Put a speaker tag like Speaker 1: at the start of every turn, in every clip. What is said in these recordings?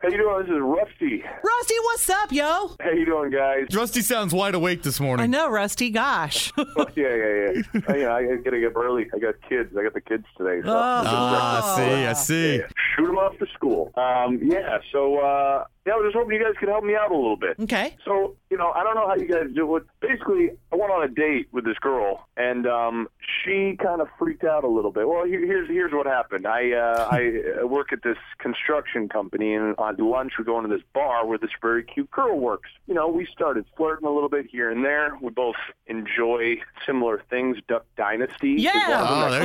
Speaker 1: How you doing? This is Rusty.
Speaker 2: Rusty, what's up, yo?
Speaker 1: How you doing, guys?
Speaker 3: Rusty sounds wide awake this
Speaker 2: I
Speaker 3: morning.
Speaker 2: know, Rusty. Gosh.
Speaker 1: Oh, yeah, yeah, yeah. I, yeah. I gotta get up early. I got kids. I got the kids today. So
Speaker 3: Ah, I see, I see.
Speaker 1: Shoot them off to school. Um, yeah. So uh, yeah, I was just hoping you guys could help me out a little bit.
Speaker 2: okay.
Speaker 1: So, you know, I don't know how you guys do it. Basically, I went on a date with this girl, and um, she kind of freaked out a little bit. Well, here, here's here's what happened. I uh, I uh, work at this construction company, and on lunch we go into this bar where this very cute girl works. You know, we started flirting a little bit here and there. We both enjoy similar things. Duck Dynasty. is
Speaker 2: Yeah.
Speaker 1: one of them.
Speaker 3: Oh, there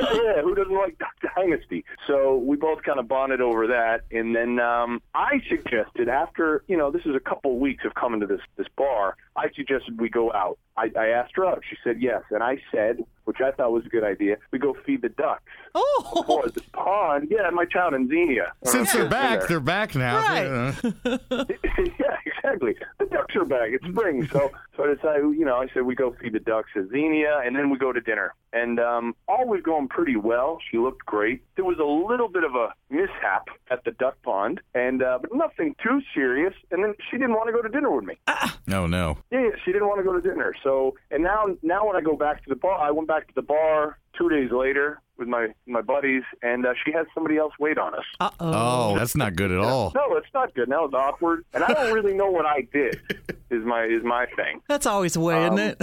Speaker 3: go.
Speaker 1: Yeah, yeah. Who doesn't like Duck Dynasty? So we both kind of bonded over that, and then um, I suggested after you know this is a couple of weeks of coming to this this bar, I suggested we go out. I, I asked her out. She said yes, and I said, which I thought was a good idea, we go feed the ducks.
Speaker 2: Oh,
Speaker 1: Or this pond, yeah, in my town in Xenia.
Speaker 3: Since they're back, they're back now. uh,
Speaker 2: Right.
Speaker 3: Yeah.
Speaker 1: yeah, exactly. The ducks are back. It's spring, so so I decided, you know, I said we go feed the ducks at Xenia, and then we go to dinner. And um, all was going pretty well. She looked great. There was a little bit of a mishap at the duck pond, and uh, but nothing too serious. And then she didn't want to go to dinner with me.
Speaker 3: Oh, no.
Speaker 1: Yeah, yeah, she didn't want to go to dinner. So, and now, now when I go back to the bar, I went back to the bar two days later with my my buddies, and uh, she had somebody else wait on us.
Speaker 2: uh oh.
Speaker 3: Oh, that's not good at all.
Speaker 1: No, it's not good. That was awkward, and I don't really know what I did. Is my is my thing?
Speaker 2: That's always a way, isn't it?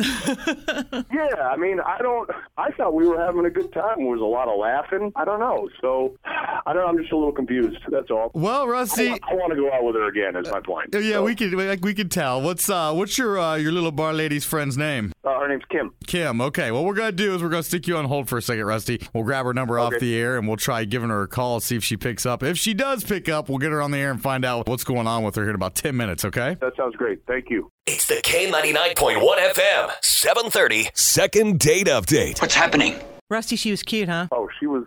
Speaker 1: Yeah, I mean, I don't. I thought we were having a good time. There was a lot of laughing. I don't know. So, I don't. know. I'm just a little confused. That's all.
Speaker 3: Well,
Speaker 1: I,
Speaker 3: Rusty.
Speaker 1: want to go out with her again. Is my point.
Speaker 3: Oh, Yeah,
Speaker 1: So,
Speaker 3: we could like we could tell. What's uh what's your uh, your little bar lady's friend's name?
Speaker 1: Uh, her name's Kim.
Speaker 3: Kim. Okay. What we're gonna do is we're gonna stick you on hold for a second, Rusty. We'll grab her number off
Speaker 1: Okay.
Speaker 3: the air and we'll try giving her a call, see if she picks up. If she does pick up, we'll get her on the air and find out what's going on with her here in about ten minutes, okay?
Speaker 1: That sounds great. Thank you.
Speaker 4: It's the K99.1 FM, 730.
Speaker 5: Second date update.
Speaker 6: What's happening?
Speaker 2: Rusty, she was cute, huh?
Speaker 1: Oh, she was,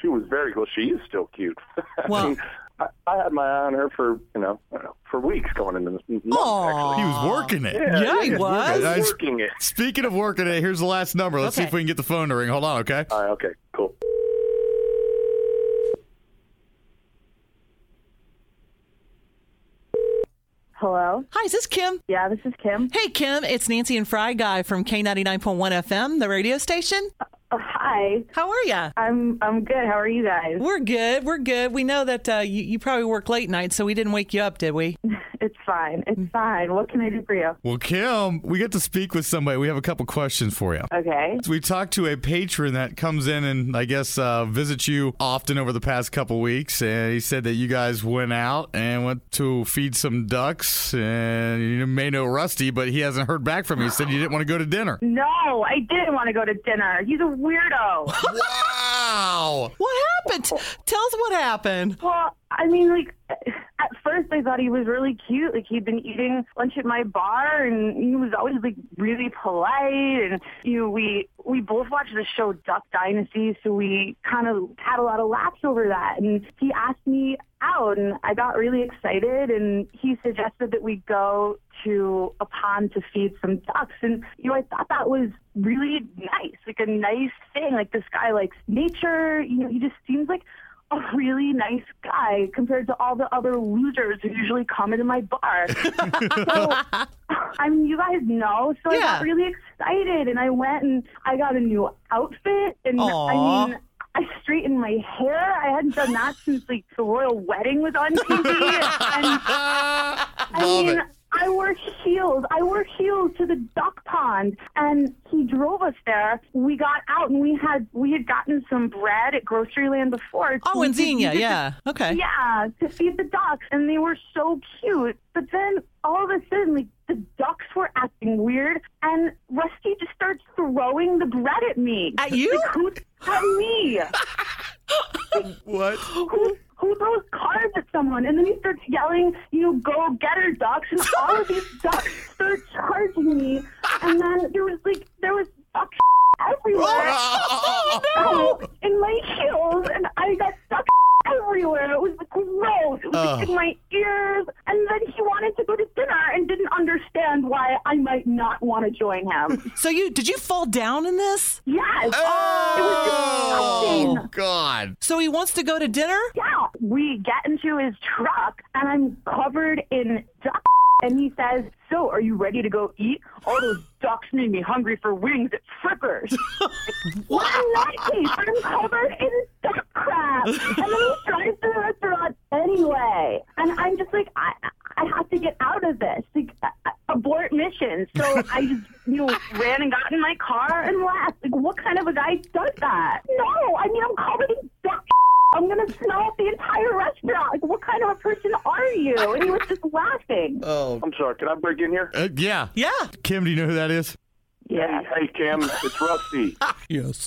Speaker 1: she was very cool. She is still cute. I,
Speaker 2: Well-
Speaker 1: mean, I, I had my eye on her for you know I don't know, for weeks going into this month.
Speaker 2: Aw.
Speaker 1: Actually,
Speaker 3: He was working it.
Speaker 2: Yeah, he
Speaker 1: I
Speaker 2: was.
Speaker 1: was
Speaker 3: Nice.
Speaker 1: working it.
Speaker 3: Speaking of working it, here's the last number. Let's see
Speaker 2: Okay.
Speaker 3: if we can get the phone to ring. Hold on, okay?
Speaker 1: All right. Okay. Cool.
Speaker 7: Hello?
Speaker 2: Hi, is this Kim?
Speaker 7: Yeah, this is Kim.
Speaker 2: Hey, Kim, it's Nancy and Fry Guy from K99.1 FM, the radio station.
Speaker 7: Oh, hi.
Speaker 2: How are ya?
Speaker 7: I'm I'm good. How are you guys?
Speaker 2: We're good. We're good. We know that uh, you, you probably work late night, so we didn't wake you up, did we?
Speaker 7: It's fine. It's fine. What can I do for you?
Speaker 3: Well, Kim, we get to speak with somebody. We have a couple questions for you.
Speaker 7: Okay.
Speaker 3: So we talked to a patron that comes in and I guess uh, visits you often over the past couple weeks, and he said that you guys went out and went to feed some ducks, and you may know Rusty, but he hasn't heard back from you. He said you didn't want to go to dinner.
Speaker 7: No, I didn't want to go to dinner. He's a weirdo.
Speaker 3: wow!
Speaker 2: What happened? Tell us what happened.
Speaker 7: Well, I mean, like, at first I thought he was really cute. Like, he'd been eating lunch at my bar, and he was always like really polite. And you know, we we both watched the show Duck Dynasty, so we kind of had a lot of laughs over that. And he asked me out, and I got really excited. And he suggested that we go to a pond to feed some ducks. And you know, I thought that was really nice, like a nice thing. Like this guy likes nature. You know, he just seems like a really nice guy compared to all the other losers who usually come into my bar. so, I mean, you guys know. So I
Speaker 2: Yeah.
Speaker 7: got really excited and I went and I got a new outfit. And
Speaker 2: Aw.
Speaker 7: I mean, I straightened my hair. I hadn't done that since like the royal wedding was on TV. and,
Speaker 3: Uh,
Speaker 7: I
Speaker 3: Love
Speaker 7: mean,
Speaker 3: it.
Speaker 7: I wore heels. I wore heels to the duck pond, and he drove us there. We got out, and we had we had gotten some bread at Groceryland before. to-
Speaker 2: Oh, and
Speaker 7: to-
Speaker 2: Xenia, yeah. Okay.
Speaker 7: yeah, to feed the ducks, and they were so cute. But then all of a sudden, like the ducks were acting weird, and Rusty just starts throwing the bread at me.
Speaker 2: At you?
Speaker 7: Like, who? At me?
Speaker 3: What?
Speaker 7: who who throws cards at someone? And then he starts yelling, you know, go get her ducks, and all of these ducks start charging me. And then there was like there was duck everywhere. Oh, in my heels, and I got stuck everywhere. It was like, gross. It was like, in my ears. And then he wanted to go to dinner and didn't understand why I might not want to join him.
Speaker 2: So you did you fall down in this?
Speaker 7: Yes. It was
Speaker 3: Oh,
Speaker 7: disgusting.
Speaker 3: God.
Speaker 2: So he wants to go to dinner?
Speaker 7: Yeah. We get into his truck, and I'm covered in duck. And he says, So, are you ready to go eat? All those ducks made me hungry for wings at Frickers. Well, I'm not cheap, but I'm covered in duck crap. And then he drives to the restaurant anyway. And I'm just like, I, I have to get out of this. Like, uh, abort mission. So I just, you know, ran and got in my car and left. Like, what kind of a guy does that? No, I mean, I'm covered in duck I'm going to smell up the entire restaurant. Like, what kind of a person are you? And he was just laughing.
Speaker 3: Oh.
Speaker 1: I'm sorry. Can I break in here?
Speaker 3: Uh, yeah.
Speaker 2: Yeah.
Speaker 3: Kim, do you know who that is?
Speaker 7: yeah.
Speaker 1: Hey, Kim, it's Rusty.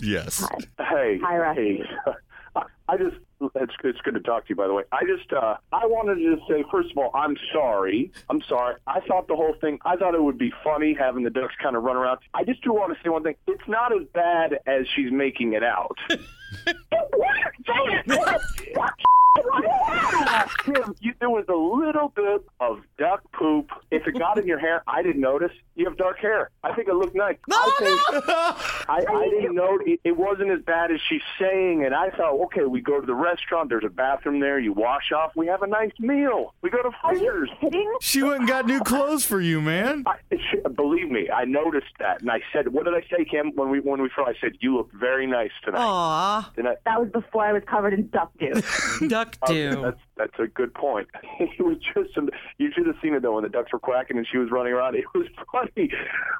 Speaker 3: Yes.
Speaker 1: Hey,
Speaker 7: Hi, Rusty.
Speaker 1: hey. I- I just it's it's good to talk to you by the way. I just uh I wanted to just say first of all, I'm sorry. I'm sorry. I thought the whole thing I thought it would be funny having the ducks kind of run around. I just do want to say one thing. It's not as bad as she's making it out.
Speaker 7: It worked. Janet. What the fuck was that?
Speaker 1: Kim, you, there was a little bit of duck poop. If it got in your hair, I didn't notice. You have dark hair. I think it looked nice. I think I, I didn't know it, it wasn't as bad as she's saying. And I thought, okay, we go to the restaurant. There's a bathroom there. You wash off. We have a nice meal. We go to
Speaker 7: Are you
Speaker 1: Friars.
Speaker 7: kidding?
Speaker 3: She went and got new clothes for you, man.
Speaker 1: I, she, believe me, I noticed that, and I said, "What did I say, Kim? When we when we first, I said you look very nice tonight."
Speaker 2: Aw,
Speaker 1: And I,
Speaker 7: That was before I was covered in duck dew.
Speaker 2: duck do.
Speaker 1: Oh, That's that's a good point. it was just some, you should have seen it though when the ducks were quacking and she was running around. It was funny.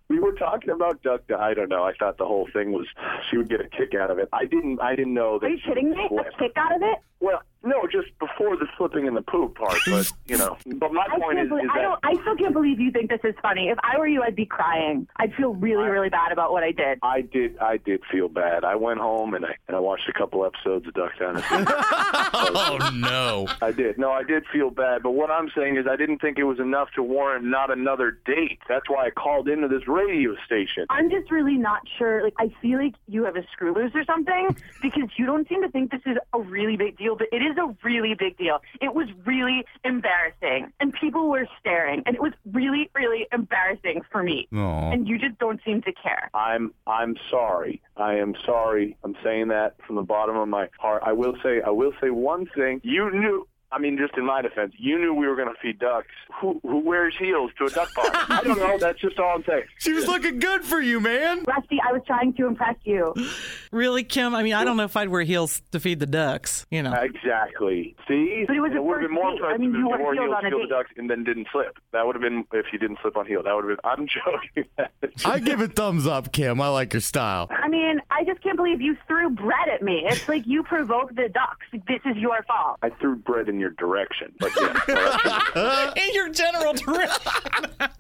Speaker 1: We were talking about duck. I don't know. I thought the whole thing was she would get a kick out of it. I didn't. I didn't know that.
Speaker 7: Are you
Speaker 1: she
Speaker 7: kidding
Speaker 1: would
Speaker 7: me?
Speaker 1: flip.
Speaker 7: A kick out of it?
Speaker 1: Well, no, just before the slipping and the poop part. But you know. But my
Speaker 7: I,
Speaker 1: point
Speaker 7: can't
Speaker 1: is,
Speaker 7: believe,
Speaker 1: is
Speaker 7: I, don't,
Speaker 1: that.
Speaker 7: I still can't believe you think this is funny. If I were you, I'd be crying. I'd feel really, really bad about what I did.
Speaker 1: I did. I did feel bad. I went home and I and I watched a couple episodes of Duck Dynasty.
Speaker 3: Oh, no.
Speaker 1: I did. No, I did feel bad. But what I'm saying is, I didn't think it was enough to warrant not another date. That's why I called into this radio station.
Speaker 7: I'm just really not sure. Like, I feel like you have a screw loose or something because you don't seem to think this is a really big deal, but it is a really big deal. It was really embarrassing, and people were staring, and it was really, really embarrassing for me. And you just don't seem to care.
Speaker 1: I'm I'm sorry. I am sorry. I'm saying that from the bottom of my heart. I will say I will say one thing. You knew. I mean, just in my defense, you knew we were going to feed ducks. Who, who wears heels to a duck pond? I don't know. That's just all I'm saying.
Speaker 3: She was looking good for you, man.
Speaker 7: Rusty, I was trying to impress you.
Speaker 2: Really, Kim? I mean, I don't know if I'd wear heels to feed the ducks, you know.
Speaker 1: Exactly. See,
Speaker 7: But it was
Speaker 1: And
Speaker 7: a
Speaker 1: would have been
Speaker 7: first
Speaker 1: more
Speaker 7: date.
Speaker 1: impressive
Speaker 7: I mean,
Speaker 1: if
Speaker 7: you were
Speaker 1: wore
Speaker 7: heels
Speaker 1: heels
Speaker 7: on
Speaker 1: to
Speaker 7: a
Speaker 1: kill the
Speaker 7: date.
Speaker 1: ducks and then didn't slip. That would have been if you didn't slip on heel. That would have been. I'm joking.
Speaker 3: I give it thumbs up, Kim. I like your style.
Speaker 7: I mean, I just can't believe you threw bread at me. It's like you provoked the ducks. This is your fault.
Speaker 1: I threw bread in your direction, but yeah,
Speaker 2: In your general direction.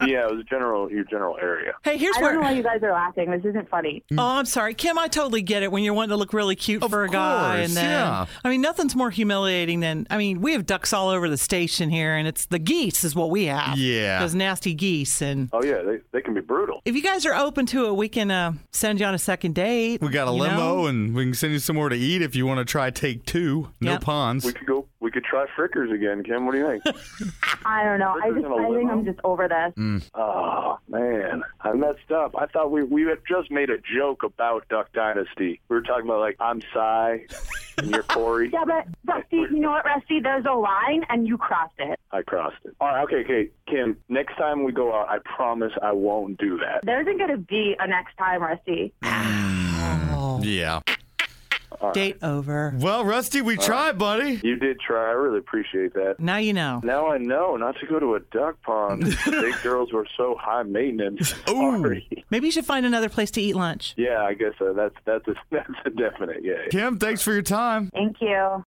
Speaker 1: yeah, it was general your general area.
Speaker 2: Hey, here's
Speaker 7: I don't know
Speaker 2: where.
Speaker 7: why you guys are laughing. This isn't funny.
Speaker 2: Oh, I'm sorry, Kim. I totally get it when you're wanting to look really cute
Speaker 3: Of
Speaker 2: for a guy,
Speaker 3: course,
Speaker 2: and then
Speaker 3: yeah.
Speaker 2: I mean, nothing's more humiliating than I mean, we have ducks all over the station here, and it's the geese is what we have.
Speaker 3: Yeah.
Speaker 2: those nasty geese. And
Speaker 1: Oh yeah, they they can be brutal.
Speaker 2: if you guys are open to it, we can uh, send you on a second date.
Speaker 3: We got a
Speaker 2: you
Speaker 3: limo,
Speaker 2: know?
Speaker 3: and we can send you somewhere to eat if you want to try take two. No
Speaker 2: Yep.
Speaker 3: ponds.
Speaker 1: We could go. We could try frickers again, Kim. What do you think?
Speaker 7: I don't know. I
Speaker 1: Burgers
Speaker 7: just,
Speaker 1: and a
Speaker 7: I think
Speaker 1: limo?
Speaker 7: I'm just over this.
Speaker 1: Oh man, I messed up. I thought we we had just made a joke about Duck Dynasty. We were talking about like I'm Cy and you're Corey.
Speaker 7: Yeah, but Rusty, you know what, Rusty? There's a line, and you crossed it.
Speaker 1: I crossed it. All right, okay, okay, Kim. Next time we go out, I promise I won't do that.
Speaker 7: There isn't going to be a next time, Rusty.
Speaker 3: yeah.
Speaker 2: Oh, Date over.
Speaker 3: Well, Rusty, we tried, buddy.
Speaker 1: You did try. I really appreciate that.
Speaker 2: Now you know.
Speaker 1: Now I know not to go to a duck pond. Big girls were so high maintenance. Sorry.
Speaker 2: Maybe you should find another place to eat lunch.
Speaker 1: Yeah, I guess uh, that's that's a, that's a definite. Yeah.
Speaker 3: Kim, thanks for your time.
Speaker 7: Thank you.